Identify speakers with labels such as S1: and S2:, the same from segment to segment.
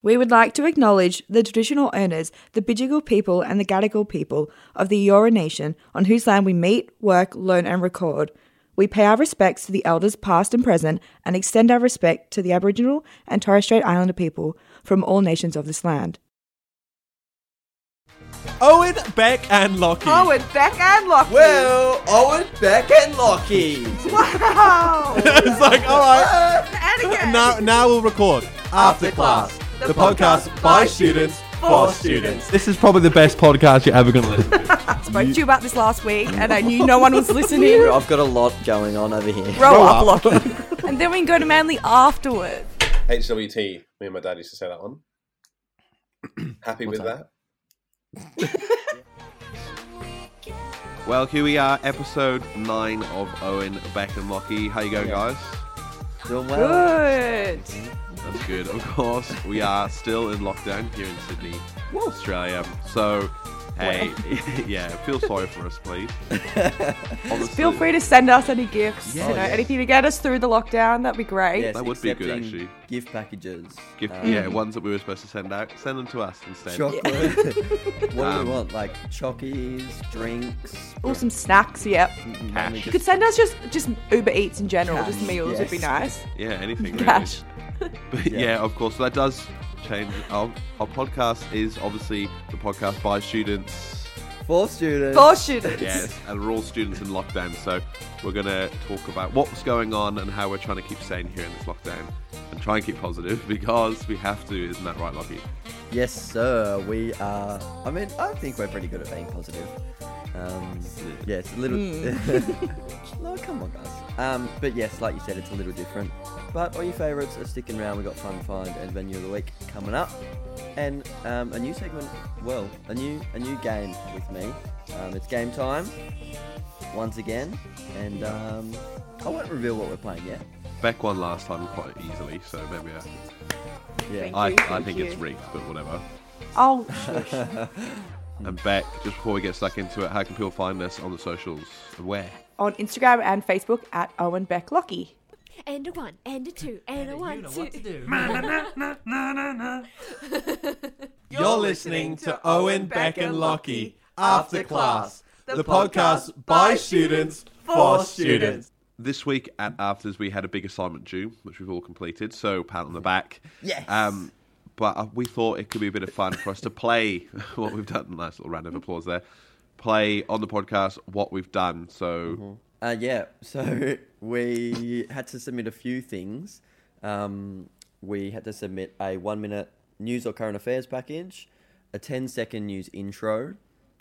S1: We would like to acknowledge the traditional owners, the Bidjigal people and the Gadigal people of the Eora Nation, on whose land we meet, work, learn, and record. We pay our respects to the elders past and present and extend our respect to the Aboriginal and Torres Strait Islander people from all nations of this land.
S2: Owen, Beck, and Lockie.
S3: Owen, Oh, Beck, and Lockie.
S4: Well, Owen, Beck, and Lockie.
S3: Wow.
S2: it's like, all right,
S3: Oh. and again.
S2: now, now we'll record.
S4: After class,
S3: the podcast by students for students.
S4: This is probably the best podcast you're ever going to listen to.
S3: I spoke to you about this last week, and I knew no one was listening.
S4: I've got a lot going on over here.
S3: Roll up, Lockie. and then we can go to Manly afterwards.
S5: HWT. Me and my dad used to say that one. Happy with that?
S6: Well, here we are, Uh, episode nine of Owen, Beck, and Lockie. How you going, guys?
S4: Doing well.
S3: Good.
S6: That's good. Of course, we are still in lockdown here in Sydney, Australia. So, hey, yeah, feel sorry for us, please. Honestly,
S3: Feel free to send us any gifts.
S4: Yeah.
S3: you know,
S4: Oh, yeah.
S3: anything to get us through the lockdown. That'd be great.
S4: Yes,
S6: That would be good,
S4: accepting
S6: actually.
S4: Gift packages.
S6: Give,
S4: Uh,
S6: yeah, ones that we were supposed to send out, send them to us instead.
S4: Chocolate. what do
S6: Um,
S4: we want? Like chockies, drinks.
S3: Or some snacks. Yep.
S4: mainly
S3: You
S4: just-
S3: could send us just just Uber Eats in general. just meals would be
S4: yes.
S3: nice.
S6: Yeah, anything really.
S3: Cash.
S6: But yeah. of course. So that does change. Our, our podcast is obviously the podcast by students.
S4: for students.
S3: For students.
S6: Yes, and we're all students in lockdown, so we're going to talk about what's going on and how we're trying to keep sane here in this lockdown and try and keep positive because we have to, isn't that right, Lockie?
S4: Yes, sir. We are. I mean, I think we're pretty good at being positive. Um, yeah, it's a little. no, come on, guys. Um, but yes, like you said, it's a little different. But all your favourites are sticking around. We've got Fun Find and Venue of the Week coming up. And um, a new segment, well, a new a new game with me. Um, it's game time once again. And um, I won't reveal what we're playing yet.
S6: Beck won last time quite easily, so maybe I,
S4: Yeah.
S6: I, I
S3: you, thank
S6: think
S3: you.
S6: it's rigged, but whatever.
S3: Oh,
S6: And Beck, just before we get stuck into it, how can people find us on the socials? Where?
S3: on Instagram and Facebook at Owen Beck Lockie.
S7: And a one, and a two, and, a one, two.
S2: You're listening to Owen, Beck, and Lockie after class,
S3: the
S2: podcast by students for students.
S6: This week at Afters, we had a big assignment due, which we've all completed, so pat on the back.
S4: Yes.
S6: Um, but uh, we thought it could be a bit of fun for us to play what we've done. Nice little round of applause there. Play on the podcast what we've done. So
S4: Uh, yeah, so we had to submit a few things. Um, we had to submit a one minute news or current affairs package, a 10 second news intro.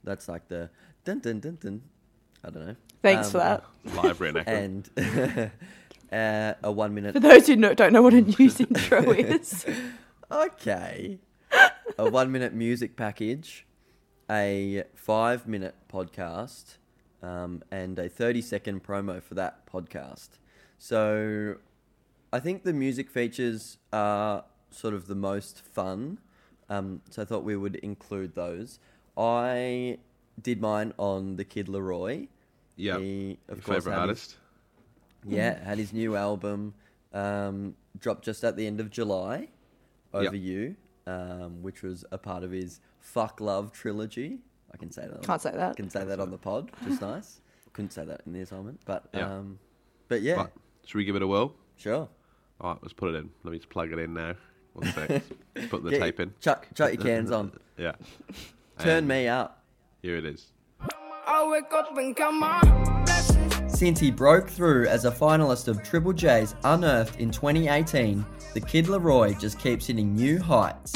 S4: That's like the dun dun dun dun. I don't know.
S3: Thanks
S4: Um,
S3: for that.
S6: live written echo.
S4: And uh, a one minute.
S3: For those who no, don't know what a news intro is,
S4: Okay. a one minute music package, a five minute podcast, um, and a 30 second promo for that podcast. So I think the music features are sort of the most fun. Um, so I thought we would include those. I did mine on the Kid Leroy.
S6: yeah,
S4: He, of
S6: your
S4: course,
S6: favorite
S4: had his-
S6: artist.
S4: Yeah, had his new album um, dropped just at the end of July, Over
S6: Yep.
S4: You, um, which was a part of his Fuck Love trilogy. I can say that. On,
S3: Can't say that.
S4: Can say that on the pod, which is nice. Couldn't say that in the assignment, but
S6: Yeah.
S4: um, but yeah,
S6: Right, should we give it a whirl?
S4: sure.
S6: All right, let's put it in. Let me just plug it in now. One sec. put the
S4: Get-
S6: tape in.
S4: Chuck, chuck your cans on.
S6: Yeah.
S4: Turn
S6: Um,
S4: me up.
S6: Here it is.
S4: Since he broke through as a finalist of Triple J's Unearthed in 2018, the Kid Leroy just keeps hitting new heights.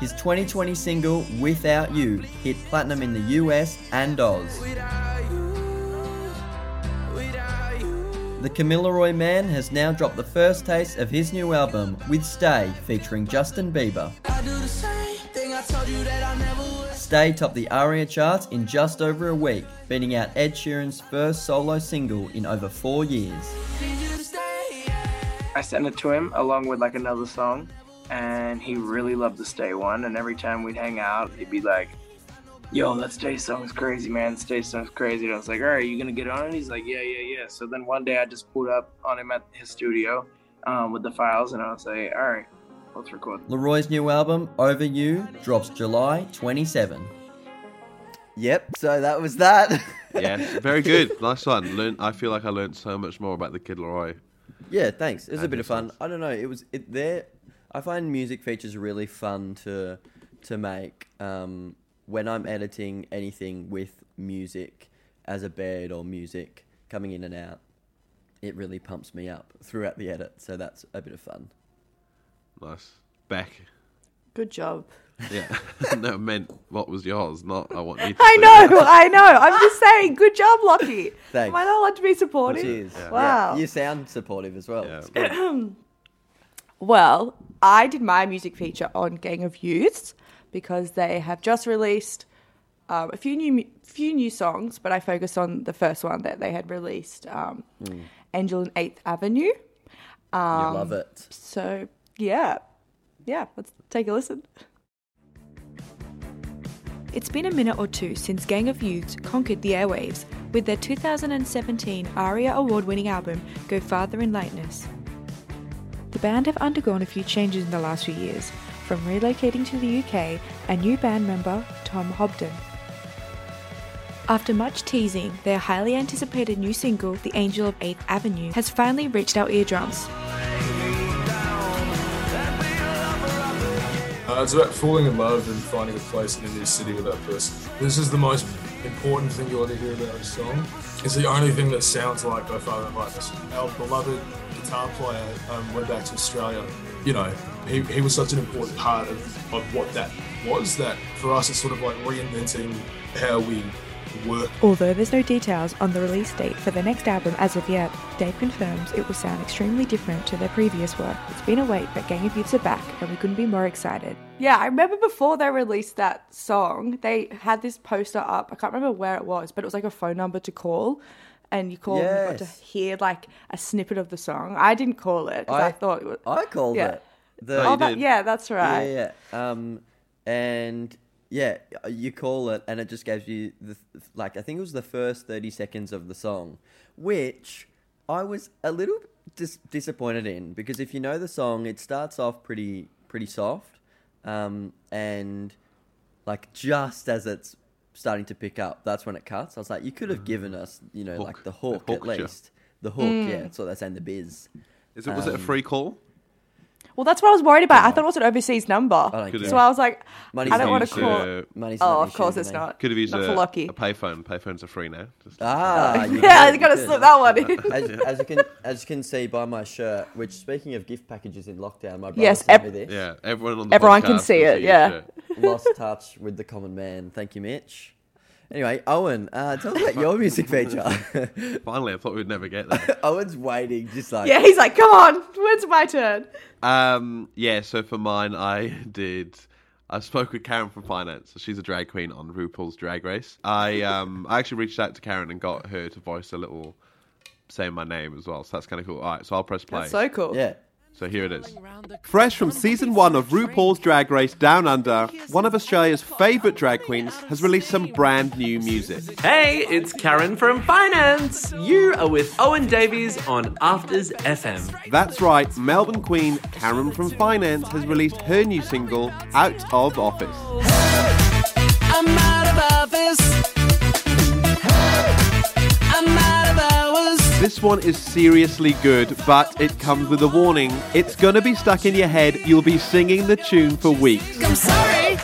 S4: His 2020 single Without You hit platinum in the US and Oz. The Camilleroy man has now dropped the first taste of his new album with Stay featuring Justin Bieber. Stay topped the ARIA charts in just over a week, beating out Ed Sheeran's first solo single in over four years.
S8: I sent it to him along with like another song, and he really loved the Stay one. And every time we'd hang out, he'd be like, "Yo, that Stay song's crazy, man. That Stay song's crazy." And I was like, "All right, you gonna get on it?" He's like, "Yeah, yeah, yeah." So then one day I just pulled up on him at his studio um, with the files, and I was like, "All right, Let's record.
S4: Leroy's new album, Over You, drops July 27. Yep, so that was that.
S6: Yes, very good. Nice one. Learn. I feel like I learned so much more about the Kid Leroy.
S4: Yeah, thanks. It was a
S6: That
S4: bit of
S6: makes
S4: fun.
S6: sense.
S4: I don't know. It was it there. I find music features really fun to to make. Um, when I'm editing anything with music as a bed or music coming in and out, it really pumps me up throughout the edit. So that's a bit of fun.
S6: Nice. Back.
S3: Good job.
S6: Yeah. no, meant what was yours, not I want you to
S3: I
S6: say that.
S3: know, I know. I'm just saying, good job, Lockie.
S4: Thanks.
S3: Am I not allowed to be supportive?
S4: Cheers. Yeah.
S3: Wow.
S4: You sound supportive as well.
S6: Yeah.
S4: It's good.
S3: Well, I did my music feature on Gang of Youths because they have just released um, a few new mu- few new songs, but I focused on the first one that they had released, um, Angel and Eighth Avenue.
S4: You
S3: Um,
S4: love it.
S3: So yeah, yeah. Let's take a listen. It's been a minute or two since Gang of Youths conquered the airwaves with their 2017 ARIA award winning album Go Farther in Lightness. The band have undergone a few changes in the last few years, from relocating to the UK and new band member Tom Hobden. After much teasing, their highly anticipated new single, The Angel of 8th Avenue, has finally reached our eardrums.
S9: Uh, it's about falling in love and finding a place in a new city with that person. This is the most important thing you'll ever hear about a song. It's the only thing that sounds like Go Father and Lightness. Our beloved guitar player um, went back to Australia. You know, he, he was such an important part of, of what that was that for us it's sort of like reinventing how we work
S3: Although there's no details on the release date for their next album as of yet, Dave confirms it will sound extremely different to their previous work. It's been a wait, but Gang of Youths are back, and we couldn't be more excited. Yeah, I remember before they released that song, they had this poster up. I can't remember where it was, but it was like a phone number to call. And you called and you got
S4: Yes.
S3: to hear like a snippet of the song. I didn't call it 'cause I, thought it was.
S4: I called
S3: yeah.
S4: it. The,
S6: Oh,
S3: Oh,
S6: you
S3: that,
S6: did.
S3: yeah, that's right.
S4: Yeah, yeah. Um, and yeah, you call it, and it just gives you the like. I think it was the first thirty seconds of the song, which I was a little dis- disappointed in because if you know the song, it starts off pretty pretty soft, um, and like just as it's starting to pick up, that's when it cuts. I was like, you could have given us, you know,
S6: Hook.
S4: like the
S6: It
S4: Mm. hook at
S6: hooked ya.
S4: least. The hook,
S3: Mm.
S4: yeah, that's what they're saying. The biz.
S6: Is it was it a
S4: Um,
S6: free call?
S3: Well, that's what I was worried about. I thought it was an overseas number.
S4: I don't
S6: Could've-
S4: care.
S3: so I was like,
S4: Money's
S3: I don't
S4: not
S3: want
S6: Used,
S3: to
S4: an
S3: call.
S6: uh,
S4: Money's not
S3: oh,
S4: an
S3: of course
S4: issue
S3: it's
S4: to me.
S3: not.
S6: Could have used
S3: not
S6: a,
S3: for Lockie.
S6: a payphone. Payphones are free now. Just-
S4: Ah, you
S3: Oh. yeah,
S4: did,
S3: I gotta
S4: did.
S3: slip that one in.
S4: As, as you can as you can see by my shirt, which speaking of gift packages in lockdown, my brother
S3: Yes,
S4: sent
S3: ev-
S4: me this.
S6: yeah, everyone on the
S3: Everyone
S6: podcast
S3: can see
S6: will
S3: it,
S6: your
S3: yeah.
S6: shirt.
S4: Lost touch with the common man. Thank you, Mitch. Anyway, Owen, uh, tell us about your music feature.
S6: Finally, I thought we'd never get there.
S4: Owen's waiting, just like
S3: Yeah, he's like, come on, when's my turn?
S6: Um, yeah, so for mine, I did. I spoke with Karen from finance. So she's a drag queen on RuPaul's Drag Race. I um, I actually reached out to Karen and got her to voice a little, saying my name as well. So that's kind of cool. All right, so I'll press play.
S3: That's so cool.
S4: yeah.
S6: So here it is. Fresh from season one of RuPaul's Drag Race Down Under, one of Australia's favourite drag queens has released some brand new music.
S2: Hey, it's Karen from Finance. You are with Owen Davies on Afters FM.
S6: That's right, Melbourne queen Karen from Finance has released her new single, Out of Office.
S10: I'm out of office. I'm out of hours.
S6: This one is seriously good, but it comes with a warning. It's gonna be stuck in your head, you'll be singing the tune for weeks.
S10: I'm sorry.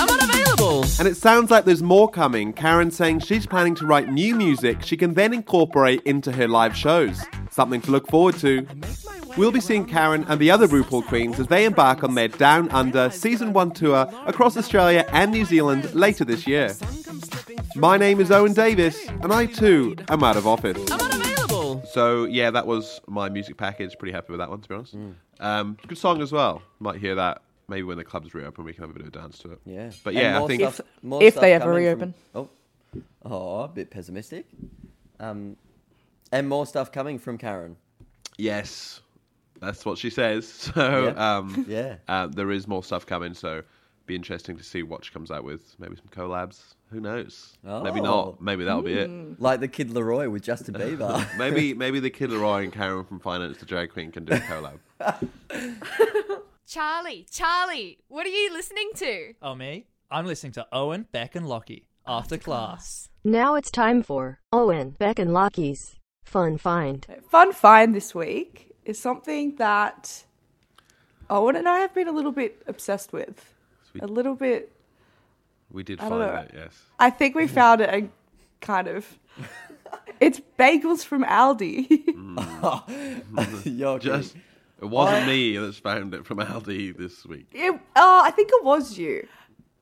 S10: I'm unavailable.
S6: And it sounds like there's more coming. Karen saying she's planning to write new music she can then incorporate into her live shows. Something to look forward to. We'll be seeing Karen and the other RuPaul Queens as they embark on their Down Under Season 1 tour across Australia and New Zealand later this year. My name is Owen Davis, and I too am out of office.
S10: I'm unavailable.
S6: So, yeah, that was my music package. Pretty happy with that one, to be honest.
S4: Mm.
S6: Um, good song as well. Might hear that maybe when the clubs reopen, we can have a bit of a dance to it.
S4: Yeah.
S6: But
S4: And
S6: yeah, I
S4: more
S6: think.
S4: stuff- more
S3: if
S4: stuff
S3: they ever
S4: coming
S3: reopen.
S4: From, oh, oh, a bit pessimistic. Um, and more stuff coming from Karen.
S6: Yes, that's what she says. So
S4: Yeah.
S6: um,
S4: Yeah.
S6: uh, there is more stuff coming. So be interesting to see what she comes out with. Maybe some collabs. Who knows? Maybe
S4: Oh.
S6: not. Maybe that'll be it.
S4: Like the Kid Leroy with Justin Bieber.
S6: Maybe maybe the Kid Leroy and Karen from Finance the Drag Queen can do a collab.
S11: Charlie, Charlie, what are you listening to?
S7: Oh, me? I'm listening to Owen, Beck, and Lockie after, class.
S12: Now it's time for Owen, Beck, and Lockie's Fun Find.
S3: Fun find this week is something that Owen and I have been a little bit obsessed with. A little bit.
S5: We did
S3: I don't
S5: find
S3: know.
S5: that, yes.
S3: I think we found it and kind of. it's bagels from Aldi.
S5: Just, it wasn't me that found it from Aldi this week.
S3: It, uh, I think it was you.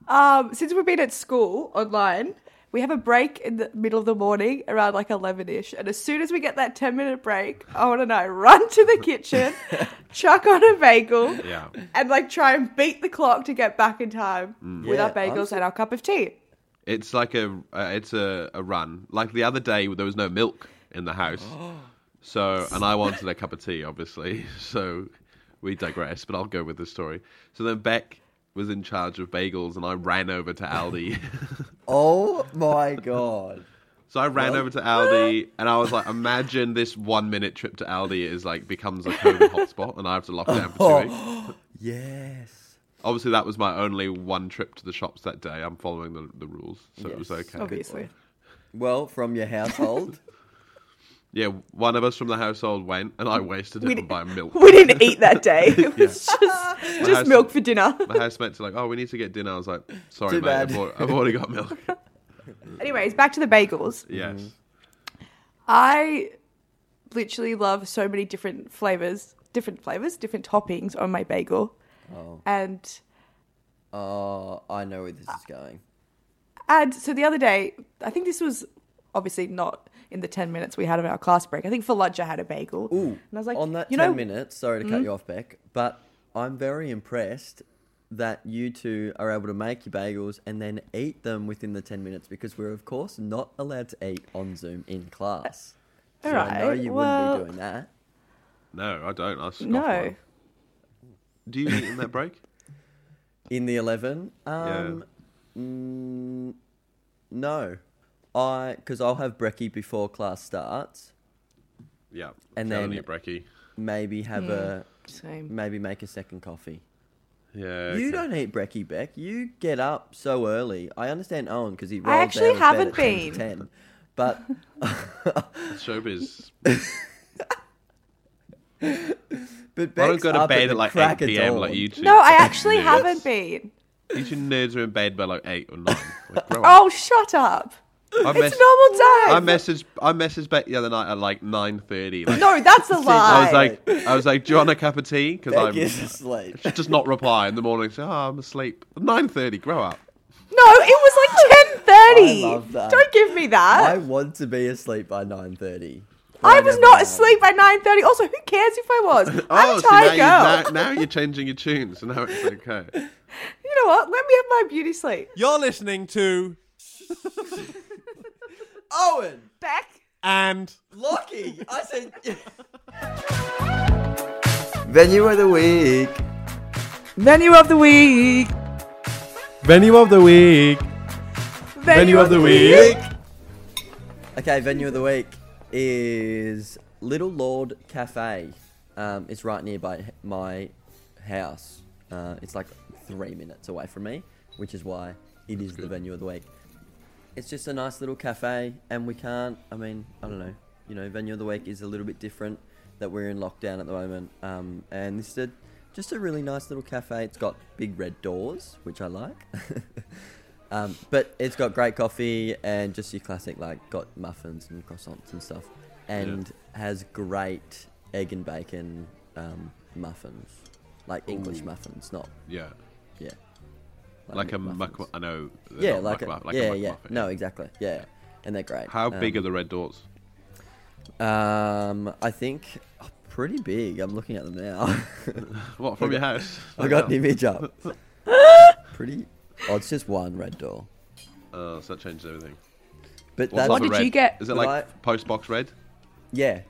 S3: Um, since we've been at school online, we have a break in the middle of the morning around like 11 ish. And as soon as we get that 10 minute break, Owen and I run to the kitchen, chuck on a bagel,
S5: Yeah.
S3: and like try and beat the clock to get back in time
S5: Mm.
S3: with our
S5: Yeah, I'm
S3: bagels
S5: so-
S3: and our cup of tea.
S5: It's like a uh, it's a, a run. Like the other day, there was no milk in the house, so and I wanted a cup of tea, obviously. So we digress, but I'll go with the story. So then Beck was in charge of bagels, and I ran over to Aldi.
S4: Oh my god.
S5: so I ran
S4: Well-
S5: over to Aldi, and I was like, imagine this one minute trip to Aldi is like becomes a COVID hotspot, and I have to lock down for two weeks.
S4: yes.
S5: Obviously, that was my only one trip to the shops that day. I'm following the, the rules, so it was okay.
S4: Well, from your household.
S5: Yeah, one of us from the household went, and I wasted
S3: We
S5: it on
S3: didn't-
S5: buying milk.
S3: We didn't eat that day.
S5: Yeah.
S3: It was just,
S5: My
S3: just
S5: house-
S3: milk for dinner.
S5: My housemates are like, "Oh, we need to get dinner." I was like,
S3: Too
S5: "Sorry, mate, I've,
S3: bad."
S5: al- I've already got milk."
S3: Anyways, back to the bagels.
S5: yes,
S2: Mm-hmm.
S3: I literally love so many different flavors, different flavors, different toppings on my bagel.
S4: Oh.
S3: And
S4: Oh, I know where this is going.
S3: and so the other day, I think this was obviously not in the 10 minutes we had of our class break. I think for lunch I had a bagel.
S4: Ooh. And
S3: I was like,
S4: on that
S3: you
S4: 10
S3: know,
S4: minutes, sorry to cut
S3: Mm.
S4: you off, Beck, but I'm very impressed that you two are able to make your bagels and then eat them within the 10 minutes because we're, of course, not allowed to eat on Zoom in class. so I know
S3: alright,
S4: you
S3: well-
S4: wouldn't be doing that.
S5: no, I don't. I scoff
S3: No.
S5: one. Do you eat in that break?
S4: In the 11? Um, mm, no. I Because I'll have brekkie before class starts.
S5: Yeah,
S4: And
S5: Can't
S4: then
S5: eat brekkie.
S4: maybe have
S3: Mm,
S4: a...
S3: same.
S4: Maybe make a second coffee.
S5: Yeah,
S4: You
S5: okay.
S4: don't eat brekkie, Beck. You get up so early. I understand Owen because he rolls
S3: I actually
S4: out of bed
S3: haven't
S4: at 10 to
S3: been.
S4: 10, but
S5: showbiz.
S4: But
S5: I don't
S4: Beck's
S5: go to
S4: up
S5: bed
S4: the
S5: at like
S4: crack
S5: eight
S4: of
S5: p.m. like
S4: dawn.
S5: you two.
S3: No, I actually
S5: nerds.
S3: haven't been.
S5: You two nerds are in bed by like eight or nine. Like, grow up.
S3: Oh, shut up.
S4: Oh,
S5: I
S3: it's
S5: mess-
S3: normal time.
S5: I messaged I messaged Beck the other night at like nine thirty. Like,
S3: No, that's a lie.
S5: I was like, I was like, do you want a cup of tea? Because
S4: Beck
S5: I'm
S4: is asleep.
S5: She does not reply in the morning. Say, oh, I'm asleep. Nine thirty. Grow up.
S3: No, it was like 10.30.
S4: I love that.
S3: Don't give me that.
S4: I want to be asleep by 9.30.
S3: I was not asleep by 9.30. Also, who cares if I was?
S6: Oh,
S3: I'm a
S5: so Oh, now,
S3: tired
S5: you,
S3: girl.
S5: now, now you're changing your tune, so now it's okay.
S3: You know what? Let me have my beauty sleep.
S2: You're listening to
S4: Owen!
S3: Beck?
S2: and
S4: Lockie! I said...
S2: venue of the week.
S3: Venue of the week.
S2: Venue of the week.
S4: Venue of the
S2: week.
S4: Okay, venue of the week is Little Lord Cafe. Um, it's right nearby h- my house. Uh, it's like three minutes away from me, which is why it is the venue of the week. It's just a nice little cafe, and we can't. I mean, I don't know. You know, venue of the week is a little bit different that we're in lockdown at the moment. Um, and this is a, just a really nice little cafe. It's got big red doors, which I like. Um, but it's got great coffee and just your classic, like, got muffins and croissants and stuff. And has great egg and bacon um, muffins. Like English
S5: Ooh.
S4: muffins, not.
S5: Yeah.
S4: Yeah.
S5: Like a
S4: mu-
S5: muck. I know.
S4: Yeah,
S5: they're not
S4: like,
S5: muck-
S4: a,
S5: like
S4: yeah,
S5: a muck
S4: yeah.
S5: muffin.
S4: No, exactly. Yeah. And they're great.
S5: How big are
S4: Um,
S5: the red doors?
S4: Um, I think oh, pretty big. I'm looking at them now.
S5: What, from your house?
S4: I got an image up. pretty. Oh, it's just one red door.
S5: Oh, so that changes everything.
S4: But
S5: type
S4: that's- What
S5: of
S4: did
S5: red?
S4: you get?
S5: Is it
S4: But
S5: like post box red?
S4: Yeah.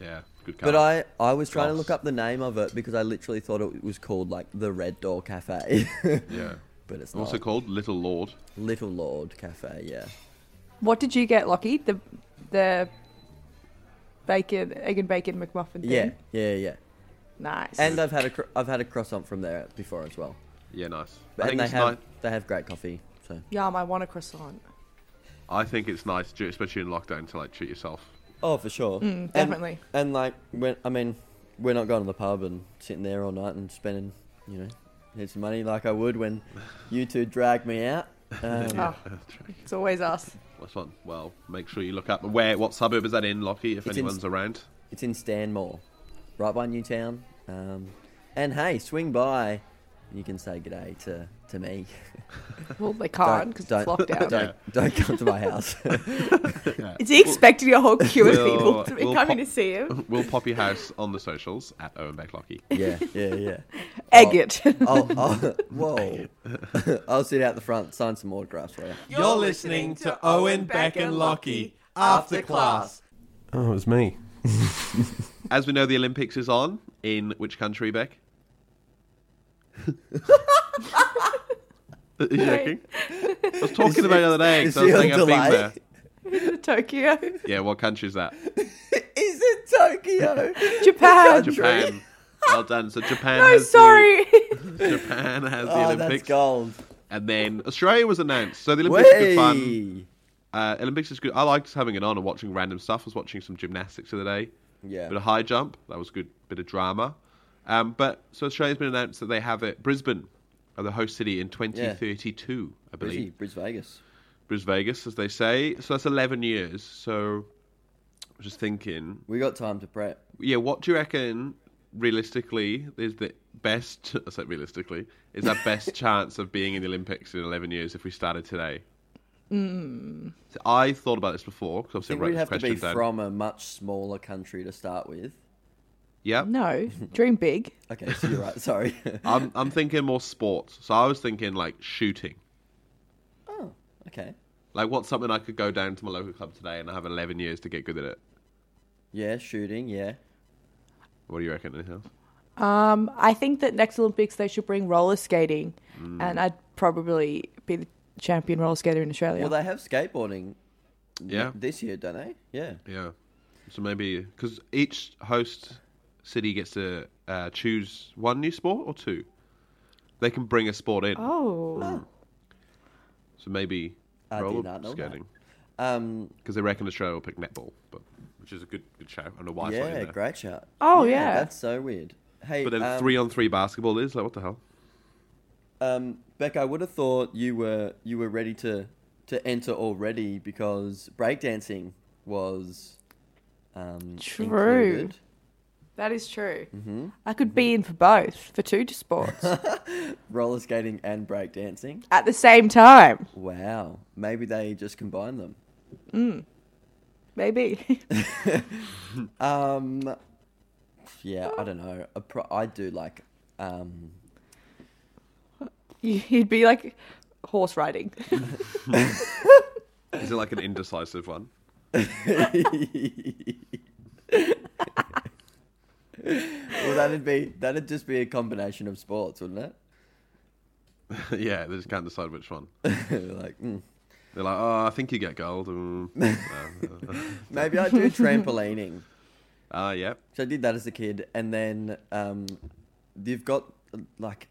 S5: Yeah, good
S4: But I,
S5: colour.
S4: I was trying to
S5: Class.
S4: look up the name of it because I literally thought it was called like the Red Door Cafe.
S5: Yeah.
S4: But it's
S5: also
S4: not.
S5: called Little Lord.
S4: Little Lord Cafe, yeah.
S3: What did you get, Lockie? The the bacon, egg and bacon McMuffin thing?
S4: Yeah, yeah, yeah.
S3: Nice.
S4: And uh, I've had a cro- I've had a croissant from there before as well.
S5: Yeah, nice. I
S4: And
S5: think
S4: they
S5: it's
S4: have
S5: nice.
S4: they have great coffee. So
S3: Yum, I want a croissant.
S5: I think it's nice, ju- especially in lockdown, to like treat yourself.
S4: oh, for sure,
S3: Mm,
S4: And-
S3: definitely.
S4: And, like when I mean, we're not going to the pub and sitting there all night and spending you know heaps of money like I would when you two drag me out. Um,
S3: Oh, it's always us.
S5: What's one? Well, make sure you look up where what suburb is that in, Lockie, if
S4: It's in-
S5: anyone's around.
S4: It's in Stanmore, right by Newtown. Um, and hey, swing by. You can say g'day to, to me.
S3: Well, they
S4: Don't-
S3: can't because it's
S4: don't-
S3: lockdown.
S4: Don't, don't come to my house.
S3: Is he expecting a whole queue of people to be coming to
S5: pop-
S3: see him?
S5: We'll pop your house on the socials at Owen Beck Lockie.
S4: Yeah, yeah, yeah.
S3: Egg it.
S4: I'll, I'll, whoa. I'll sit out the front, sign some autographs later.
S2: You're listening to Owen Beck and Lockie after class.
S5: Oh, it was me. As we know, the Olympics is on in which country, Beck? Are you joking? I was talking about it the other day
S4: is
S5: because I was
S4: he on
S5: saying
S4: delay?
S5: I've been there.
S3: Tokyo,
S5: Yeah, what country is that?
S4: Is it Tokyo?
S3: Japan.
S5: Japan. Well done. So Japan.
S3: No,
S5: has the-
S3: sorry.
S5: Japan has the
S4: Oh, that's
S5: Olympics.
S4: gold.
S5: And then Australia was announced. So the Olympics is good
S4: Wey.
S5: fun. Uh, Olympics is good. I liked having it on and watching random stuff. I was watching some gymnastics the other day.
S4: Yeah.
S5: Bit of high jump. That was good. Bit of drama. Um, but so Australia's been announced that they have it. Brisbane are the host city in 2032, I believe.
S4: Brizzy, Bris Vegas.
S5: Bris Vegas, as they say. So that's 11 years. So I was just thinking.
S4: We got time to prep.
S5: Yeah, what do you reckon, realistically, is the best, I said realistically, is our best chance of being in the Olympics in 11 years if we started today?
S3: Mm.
S5: So I thought about this before, because
S4: I
S5: obviously I
S4: think
S5: wrote
S4: we'd
S5: this
S4: have to
S5: question
S4: be
S5: down.
S4: from a much smaller country to start with.
S5: Yep.
S3: No, dream big.
S4: Okay, so you're right. Sorry.
S5: I'm, I'm thinking more sports. So I was thinking like shooting.
S4: oh, okay.
S5: Like what's something I could go down to my local club today and I have 11 years to get good at it?
S4: Yeah, shooting, yeah.
S5: What do you reckon, anything else?
S3: Um, I think that next Olympics they should bring roller skating,
S2: Hmm.
S3: and I'd probably be the champion roller skater in Australia.
S4: Well, they have skateboarding
S5: Yeah.
S4: this year, don't they? Yeah.
S5: Yeah. So maybe, because each host city gets to uh, choose one new sport or two. They can bring a sport in.
S3: Oh.
S5: So maybe
S4: I did
S5: roller
S4: not know that.
S5: skating.
S4: Um,
S5: Because they reckon Australia will pick netball, but which is a good good show. I don't know why it's not in
S4: yeah,
S5: there.
S4: great shot.
S3: Oh, yeah.
S4: That's so weird. Hey,
S5: But then
S4: um,
S5: three on three basketball is like what the hell?
S4: Um, Beck, I would have thought you were you were ready to to enter already because breakdancing was um,
S3: True.
S4: included.
S3: That is true.
S2: Mm-hmm.
S4: Mhm.
S3: I could be in for both, for two sports
S4: Roller skating and breakdancing.
S3: at the same time.
S4: Wow, maybe they just combine them.
S3: Mm. Maybe.
S4: Um, yeah, I don't know. I, pro- I do like um,
S3: You'd be like horse riding.
S5: Is it like an indecisive one?
S4: well, that'd be that'd just be a combination of sports, wouldn't it?
S5: yeah, they just can't decide which one.
S4: like mm.
S5: They're like, oh, I think you get gold. Mm. Uh,
S4: maybe I do trampolining.
S5: Ah, yep.
S4: So I did that as a kid, and then um, you've got like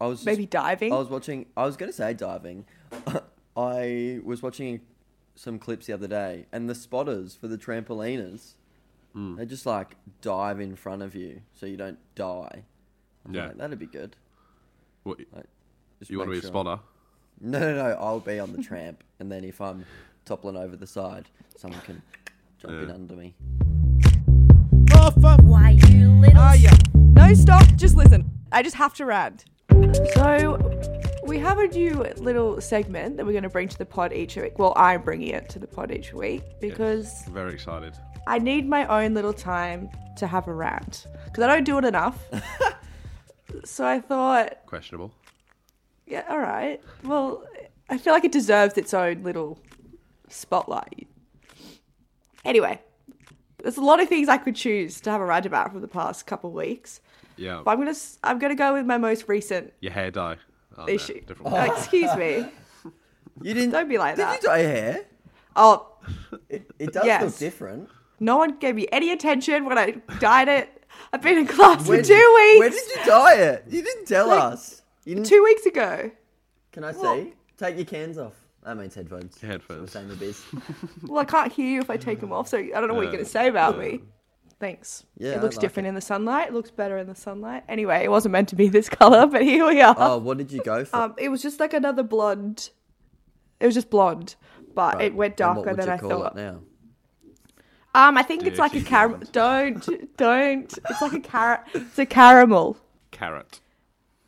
S4: I was just-
S3: Maybe diving?
S4: I was watching. I was going to say diving. I was watching some clips the other day, and the spotters for the trampoliners, they just like dive in front of you so you don't die. I'm
S5: Yeah.
S4: like, that'd be good.
S5: What,
S4: Just
S5: you want to be
S4: make
S5: a
S4: sure-
S5: spotter?
S4: No, no, no. I'll be on the tramp, and then if I'm toppling over the side, someone can jump in
S5: Yeah.
S4: under me.
S13: Why you little?
S3: Oh, yeah. No, stop. Just listen. I just have to rant. So, we have a new little segment that we're going to bring to the pod each week. Well, I'm bringing it to the pod each week because
S5: Very excited.
S3: I need my own little time to have a rant because I don't do it enough. so, I thought,
S5: Questionable.
S3: yeah, all right. Well, I feel like it deserves its own little spotlight. Anyway, there's a lot of things I could choose to have a rant about from the past couple weeks.
S5: Yeah.
S3: But I'm gonna s- I'm gonna go with my most recent
S5: Your hair dye. Oh, no,
S3: issue.
S5: different
S3: Oh,
S5: one.
S3: excuse me.
S4: You didn't.
S3: Don't be like
S4: Did
S3: that.
S4: you dye hair?
S3: oh
S4: It, it does
S3: Yes.
S4: look different.
S3: no one gave me any attention when I dyed it. I've been in class
S4: Where
S3: for
S4: did-
S3: two weeks.
S4: Where did you dye it? You didn't tell us. You didn't-
S3: Two weeks ago.
S4: Can I see?
S3: What?
S4: Take your cans off. That means headphones. Headphones. Same with biz.
S3: Well, I can't hear you if I take them off, so I don't know what you're
S4: Yeah.
S3: going to say about me. Thanks.
S4: Uh, Yeah,
S3: it
S4: I
S3: looks
S4: like
S3: different in the sunlight. It looks better in the sunlight. Anyway, it wasn't meant to be this color, but here we are.
S4: oh, what did you go for?
S3: Um, it was just like another blonde. It was just blonde, but
S4: Right.
S3: it went
S4: And
S3: darker
S4: what would
S3: than
S4: you
S3: I
S4: call It
S3: thought.
S4: now.
S3: Um, I think it's like a carrot. Don't, don't. It's like a carrot. It's a caramel.
S5: Carrot.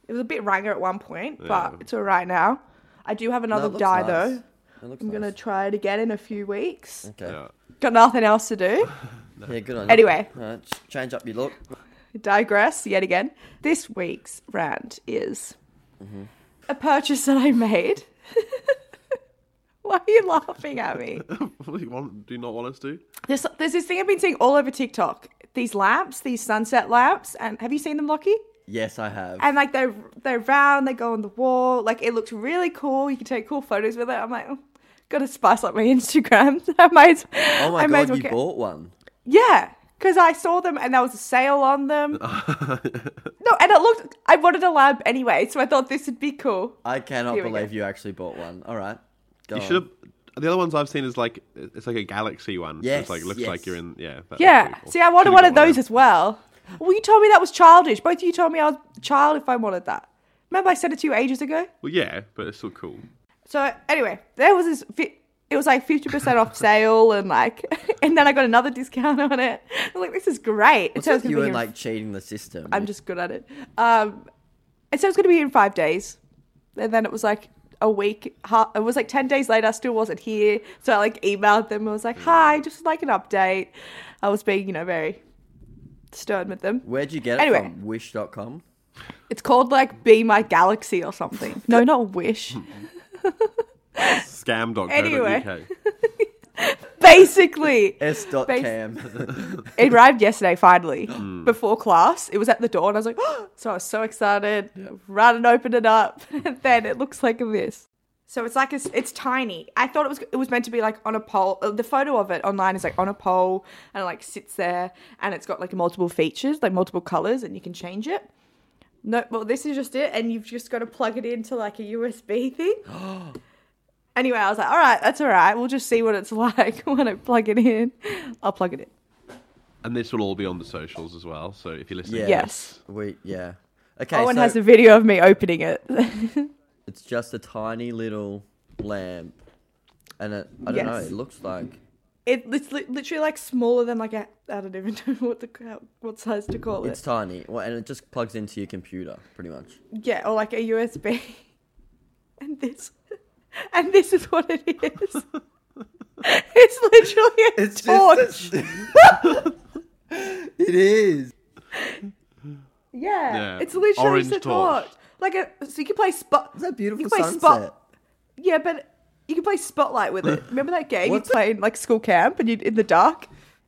S3: It was a bit ranger at one point,
S5: Yeah.
S3: but it's all right now. I do have another
S4: it looks
S3: dye
S4: nice.
S3: though.
S4: It looks
S3: I'm gonna try it again in a few weeks.
S4: Okay. Yeah,
S3: Got nothing else to do.
S4: good on you.
S3: Anyway.
S4: All right, ch- change up your look.
S3: Digress yet again. This week's rant is
S4: Mhm.
S3: a purchase that I made. Why are you laughing at me?
S5: what do you want, do you not want us to?
S3: There's, there's this thing I've been seeing all over TikTok. These lamps, these sunset lamps, and have you seen them, Lockie?
S4: Yes, I have.
S3: And like they're they're round, they go on the wall. Like it looks really cool. You can take cool photos with it. I'm like, oh, gotta spice up my Instagram. I might. as-
S4: Oh my
S3: I might as
S4: god,
S3: well
S4: you
S3: get-
S4: bought one.
S3: Yeah, because I saw them and there was a sale on them. no, and it looked. I wanted a lamp anyway, so I thought this would be cool.
S4: I cannot
S3: Here we go.
S4: believe you actually bought one. All right. Go
S5: you
S4: on.
S5: should have. The other ones I've seen is like it's like a galaxy one. so
S4: Yes,
S5: it's like looks
S4: yes.
S5: like you're in. Yeah. that looks
S3: yeah.
S5: pretty cool.
S3: See, I wanted
S5: Should've
S3: one
S5: got
S3: of those as well. Well, you told me that was childish. Both of you told me I was a child if I wanted that. Remember, I said it to you ages ago.
S5: Well, yeah, but it's still cool.
S3: So anyway, there was this. Fi- it was like fifty percent off sale, and like, and then I got another discount on it. I'm like, this is great. It
S4: What's
S3: says
S4: with
S3: it's gonna
S4: you
S3: be
S4: were
S3: in-
S4: like cheating the system.
S3: I'm just good at it. Um, it said it was going to be in five days, and then it was like a week. ha- It was like ten days later. I still wasn't here, so I like emailed them. I was
S4: Hmm.
S3: like, "Hi, just like an update." I was being, you know, very stern with them.
S4: Where'd you get it
S3: Anyway.
S4: from? Wish.com?
S3: It's called like "Be My Galaxy" or something. No, not Wish.
S5: Scam.co.uk.
S3: Anyway. Basically, Bas-
S4: S.cam.
S3: it arrived yesterday finally
S4: Mm.
S3: before class it was at the door and i was like oh! so i was so excited ran and opened it up and then it looks like this so it's like it's, it's tiny i thought it was it was meant to be like on a pole Uh, the photo of it online is like on a pole and it like sits there and it's got like multiple features like multiple colors and you can change it no well this is just it and you've just got to plug it into like a usb thing anyway i was like all right that's all right we'll just see what it's like when i plug it in i'll plug it in
S5: And this will all be on the socials as well. So if you're listening,
S4: Yeah.
S5: to
S3: Yes.
S4: We, yeah. Okay,
S3: Owen
S4: so
S3: has a video of me opening it.
S4: it's just a tiny little lamp. And it, I don't know,
S3: Yes.
S4: it looks like.
S3: it, it's li- literally like smaller than like a I don't even know what the how- what size to call
S4: It's
S3: it.
S4: tiny. Well, and it just plugs into your computer, pretty much.
S3: yeah, or like a USB. And this, and this is what it is. it's literally a
S4: It's
S3: torch.
S4: just. it is.
S3: yeah,
S4: Yeah,
S3: it's literally
S4: orange
S3: just a
S4: torch.
S3: torch. Like a so you can play spot.
S4: Is that beautiful
S3: you can play
S4: sunset?
S3: Spot, yeah, but you can play spotlight with it. Remember that game
S4: What's
S3: you played like school camp and you in the dark.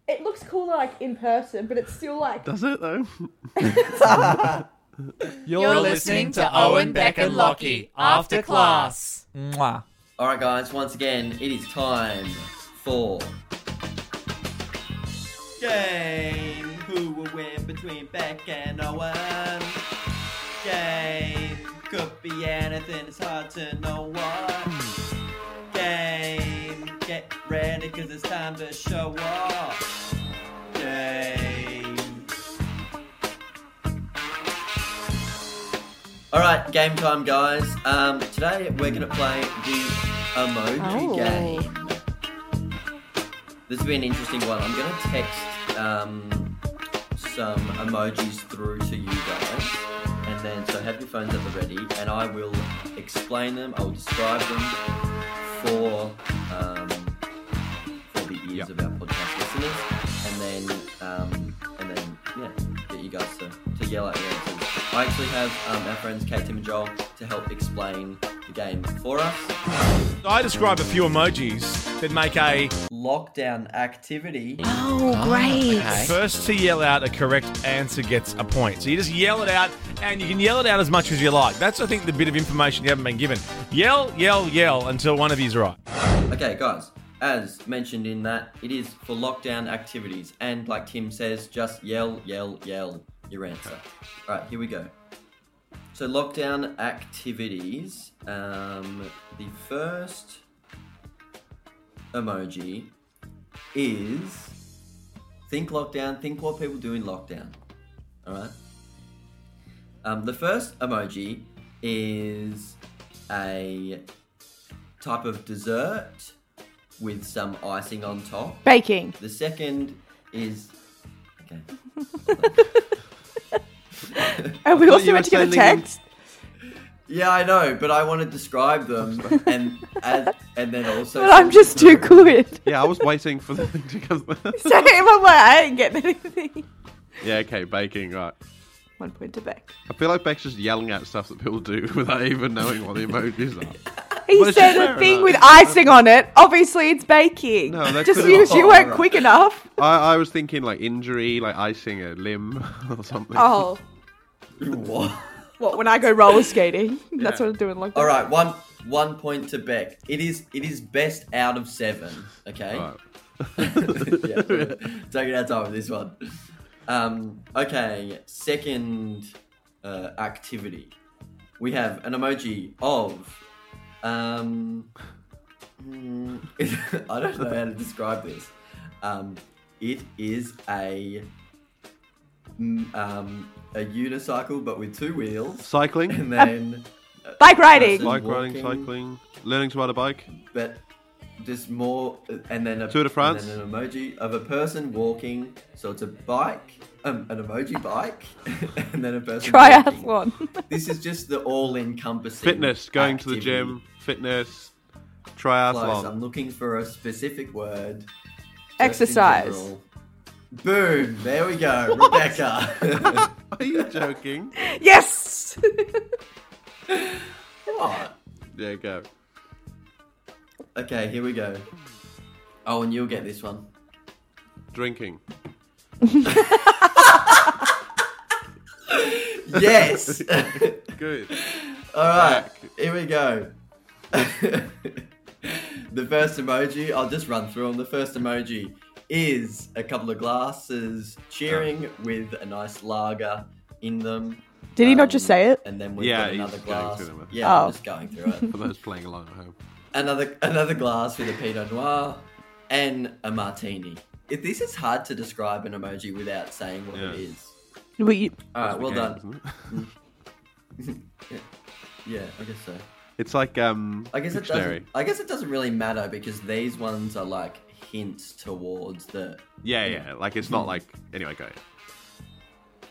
S3: It looks cooler like in person, but it's still like
S5: Does it though?
S7: You're, listening to Owen, Beck, and Lockie after class. Mwah.
S4: All right, guys. Once again, it is time for
S10: Game who will win between Beck and Owen. Game could be anything, it's hard to know what. Game get ready cause it's time to show off. Game.
S4: All right, game time, guys. Um, today we're gonna play the emoji
S10: Oh.
S4: game. This will be an interesting one. I'm gonna text um, some emojis through to you guys, and then so have your phones at the ready, and I will explain them. I'll describe them for um, for the ears of our podcast listeners, and then um, and then yeah, get you guys to, to yell out your answers. I actually have um, our friends Kate, Tim, and Joel to help explain the game for us.
S14: I describe a few emojis that make a
S4: lockdown activity.
S14: Oh,
S10: great. okay.
S14: First to yell out a correct answer gets a point. So you just yell it out, and you can yell it out as much as you like. That's, I think, the bit of information you haven't been given. Yell, yell, yell until one of you's right.
S4: Okay, guys. as mentioned in that, it is for lockdown activities. And like Tim says, just yell, yell, yell your answer. All right, here we go. So, lockdown activities. Um, the first emoji is think lockdown, think what people do in lockdown. All right. Um, the first emoji is a type of dessert with some icing on top.
S3: Baking.
S4: The second is okay.
S3: Are
S4: I
S3: we
S4: thought
S3: also
S4: you
S3: meant
S4: were
S3: to get a
S4: sending them-
S3: text?
S4: Yeah, I know, but I want to describe them and and, and then also.
S3: But I'm just too good.
S6: Yeah, I was waiting for the thing to come.
S3: Same, I'm like, I ain't getting anything.
S6: yeah, okay, baking, right.
S3: One point to Beck.
S6: I feel like Beck's just yelling out stuff that people do without even knowing what the emojis are.
S3: He
S6: Well, it's
S3: said
S6: just fair
S3: a thing
S6: enough.
S3: with icing on it. Obviously, it's baking.
S6: No, that
S3: just
S6: could've-
S3: because you
S6: Oh,
S3: weren't
S6: alright.
S3: quick enough.
S6: I, I was thinking like injury, like icing a limb or something.
S3: Oh,
S4: What?
S3: what? When I go roller skating, that's
S4: Yeah.
S3: what I'm doing. Like,
S4: All right, one one point to Beck. It is it is best out of seven. Okay. yeah, we're taking our time with this one. Um, okay, second uh, activity. We have an emoji of. Um, mm, I don't know how to describe this. Um, it is a mm, um, a unicycle, but with two wheels.
S6: Cycling.
S4: And then
S3: bike riding.
S6: Bike
S4: person
S6: riding,
S4: walking.
S6: cycling, learning to ride a bike.
S4: but just more and then a
S6: Tour de France?
S4: and then an emoji of a person walking so it's a bike um, an emoji bike and then a person walking.
S3: Triathlon.
S4: this is just the all-encompassing
S6: Fitness, going to the gym, fitness, triathlon.
S4: Close. i'm looking for a specific word just in
S3: Exercise.
S4: general. boom there we go rebecca
S6: Are you joking?
S3: Yes.
S4: what
S6: Yeah, go.
S4: Oh, okay here we go oh and you'll get this one
S6: Drinking.
S4: yes
S6: Good.
S4: All right, here we go. the first emoji, I'll just run through them. The first emoji is a couple of glasses cheering
S6: Ah.
S4: with a nice lager in them.
S3: Did he not just say it?
S4: And then we've
S6: Yeah,
S4: got
S6: he's
S4: another
S6: going
S4: glass.
S6: through them.
S4: Yeah,
S3: Oh.
S4: I'm just going through it.
S6: For those playing along at home.
S4: another another glass with a Pinot Noir and a martini. If this is hard to describe an emoji without saying what it is.
S3: We,
S4: All right, well
S6: That's the
S4: done. yeah, I guess so.
S6: It's like um
S4: I guess it
S6: dictionary.
S4: doesn't. I guess it doesn't really matter because these ones are like hints towards the.
S6: Yeah, yeah. Like it's not like anyway, go.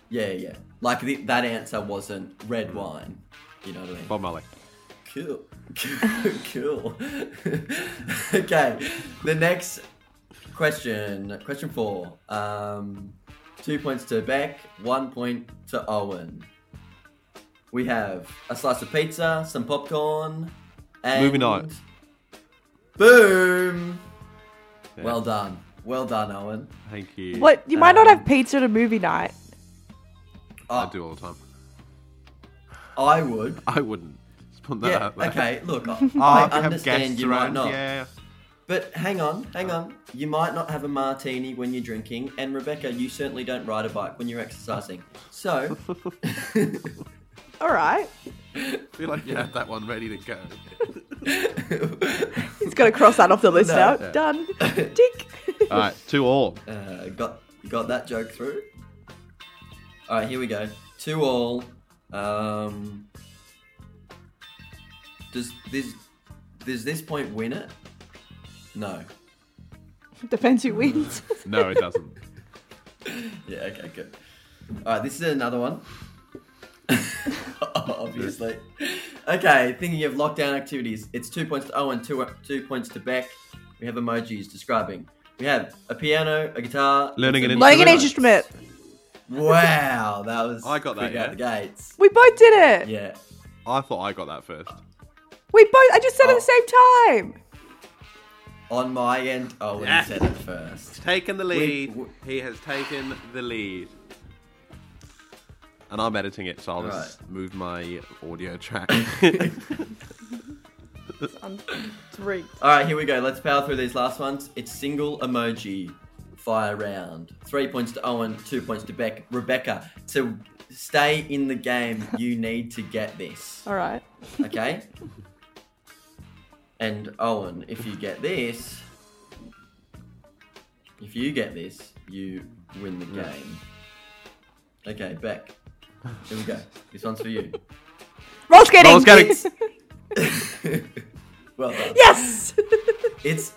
S4: Yeah, yeah. Like the, that answer wasn't red wine. You know what I mean?
S6: Bob Marley.
S4: Cool. cool. okay. The next question, question four. Um, two points to Beck, one point to Owen. We have a slice of pizza, some popcorn, and
S6: Movie night.
S4: Boom.
S6: Yeah.
S4: Well done. Well done, Owen.
S6: Thank you.
S3: what? You might not have pizza at a movie night.
S6: I do all the time.
S4: I would.
S6: I wouldn't. Just put that
S4: Yeah.
S6: out there.
S4: Okay. Look, I,
S6: Oh,
S4: I
S6: if you have
S4: understand
S6: guests
S4: you might
S6: around,
S4: not.
S6: yeah.
S4: But hang on, hang on. You might not have a martini when you're drinking, and Rebecca, you certainly don't ride a bike when you're exercising. So,
S3: All right.
S6: I feel like you had that one ready to go.
S3: He's got to cross that off the list
S4: No.
S3: out.
S4: Yeah.
S3: Done. Tick.
S6: all right, two all.
S4: uh, got got that joke through. All right, here we go. Two all. Um, does this does this point win it? No.
S3: Depends who wins.
S6: No, it doesn't.
S4: Yeah, okay, good. All right, this is another one. Obviously. Okay, thinking of lockdown activities, it's two points to Owen, two, two points to Beck. We have emojis describing. We have a piano, a guitar.
S6: Learning an
S4: some-
S3: Learning an instrument.
S4: Wow, that was.
S6: I got that,
S4: quick Out the gates.
S3: We both did it.
S4: Yeah.
S6: I thought I got that first.
S3: We both. I just said it at the same time.
S4: On my end, Owen
S6: Yeah.
S4: said it first.
S6: Taken the
S4: We-
S6: lead.
S4: w-
S6: He has taken the lead. And I'm editing it, so I'll just move my audio track.
S15: I'm reeked.
S4: All right, here we go. Let's power through these last ones. It's single emoji fire round. Three points to Owen, two points to Beck. Rebecca, to stay in the game, you need to get this.
S15: All right.
S4: Okay? and Owen, if you get this, if you get this, you win the game. Okay, Beck. Here we go. This one's for you.
S3: Roll skating.
S4: Roll skating. Well done.
S3: Yes.
S4: It's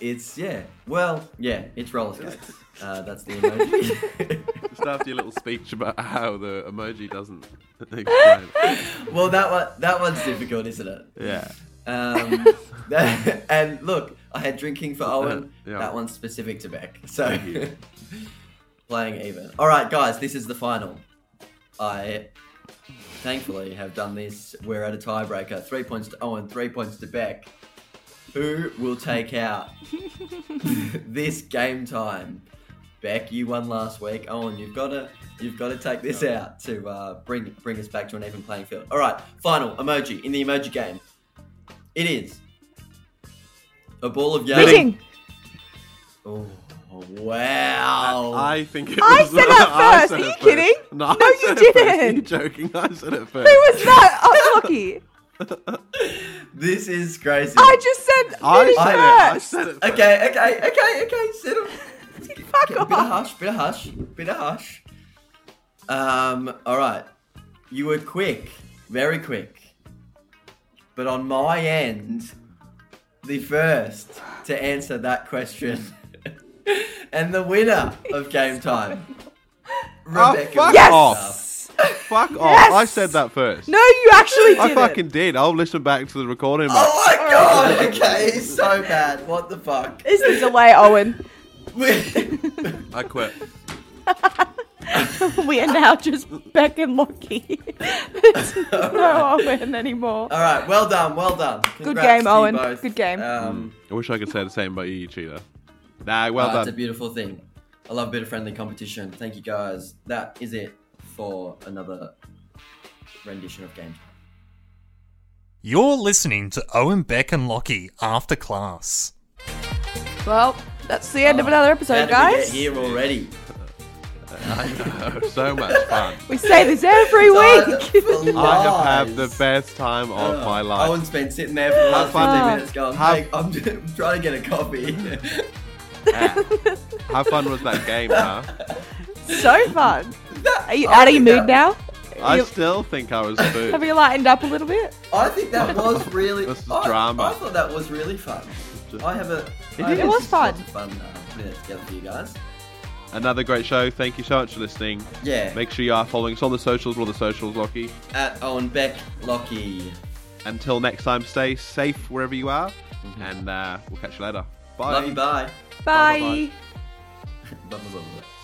S4: it's yeah. Well, yeah. It's roller skates. Uh, that's the emoji.
S5: Just after your little speech about how the emoji doesn't explain.
S4: well, that one that one's difficult, isn't it?
S5: Yeah.
S4: Um, that- and look, I had drinking for Owen.
S5: Yeah.
S4: That one's specific to Beck. So
S5: Thank you.
S4: playing even. All right, guys. This is the final. I thankfully have done this. We're at a tiebreaker. Three points to Owen. Three points to Beck. Who will take out this game time? Beck, you won last week. Owen, you've got to you've got to take this out to uh, bring bring us back to an even playing field. All right, final emoji in the emoji game. It is a ball of yarn.
S3: Knitting.
S4: Oh wow!
S5: I think it
S3: Oh. I
S5: was-
S3: said that
S5: I
S3: first. Are
S5: said
S3: you
S5: it
S3: kidding?
S5: No,
S3: No,
S5: I
S3: you
S5: said it first. Are you
S3: didn't.
S5: joking? I said it
S3: Who
S5: first.
S3: was that? I'm lucky.
S4: This is crazy.
S3: I just said. knitting first.
S4: Okay, okay, okay, okay. Sit up. Fuck off. Bit of hush. Bit of hush. Bit of hush. Um. All right. You were quick, very quick. But on my end, the first to answer that question, and the winner of game time,
S5: Oh,
S4: Rebecca.
S5: fuck
S3: Yes!
S5: off. Fuck off.
S3: Yes!
S5: I said that first.
S3: No, you actually did
S5: I fucking did. I'll listen back to the recording.
S4: Oh my god! Okay, so bad. What the fuck?
S15: Is the delay, Owen?
S5: I quit.
S15: we are now just Beck and Lockie. There's no Owen anymore.
S4: All right. Well done. Well done.
S15: Good game,
S4: Congrats to you
S15: Owen.
S4: both.
S15: Good game.
S4: Um,
S5: I wish I could say the same about you, you cheater. Nah, Mm. well
S4: uh,
S5: done.
S4: It's a beautiful thing. I love a bit of friendly competition. Thank you guys. That is it for another rendition of game.
S7: You're listening to Owen Beck and Lockie after class.
S3: Well, that's the end of another episode,
S4: How did
S3: guys.
S4: we get here already?
S5: I know. So much fun.
S3: We say this every week.
S5: I have had the best time of my life.
S4: Owen's been sitting there for the last
S5: fun.
S4: 15 minutes going,
S5: Have-
S4: "Hey, I'm, I'm trying to get a copy.
S5: How fun was that game, huh?
S3: so fun. Are you out of your mood now?
S5: I
S3: You-
S5: still think I was food.
S3: Have you lightened up a little bit?
S4: I think that was really.
S5: This is
S4: I,
S5: drama.
S4: I thought that was really fun. I have a.
S5: It
S4: I have
S5: is. It was
S4: fun. Fun uh, putting it together for you guys.
S5: Another great show. Thank you so much for listening.
S4: Yeah.
S5: Make sure you are following us on the socials. All the socials, Lockie.
S4: At Owen Beck Lockie.
S5: Until next time, stay safe wherever you are, and uh, we'll catch you later. Bye.
S4: Love you. Bye.
S3: Bye.
S4: Blah, blah, blah, blah.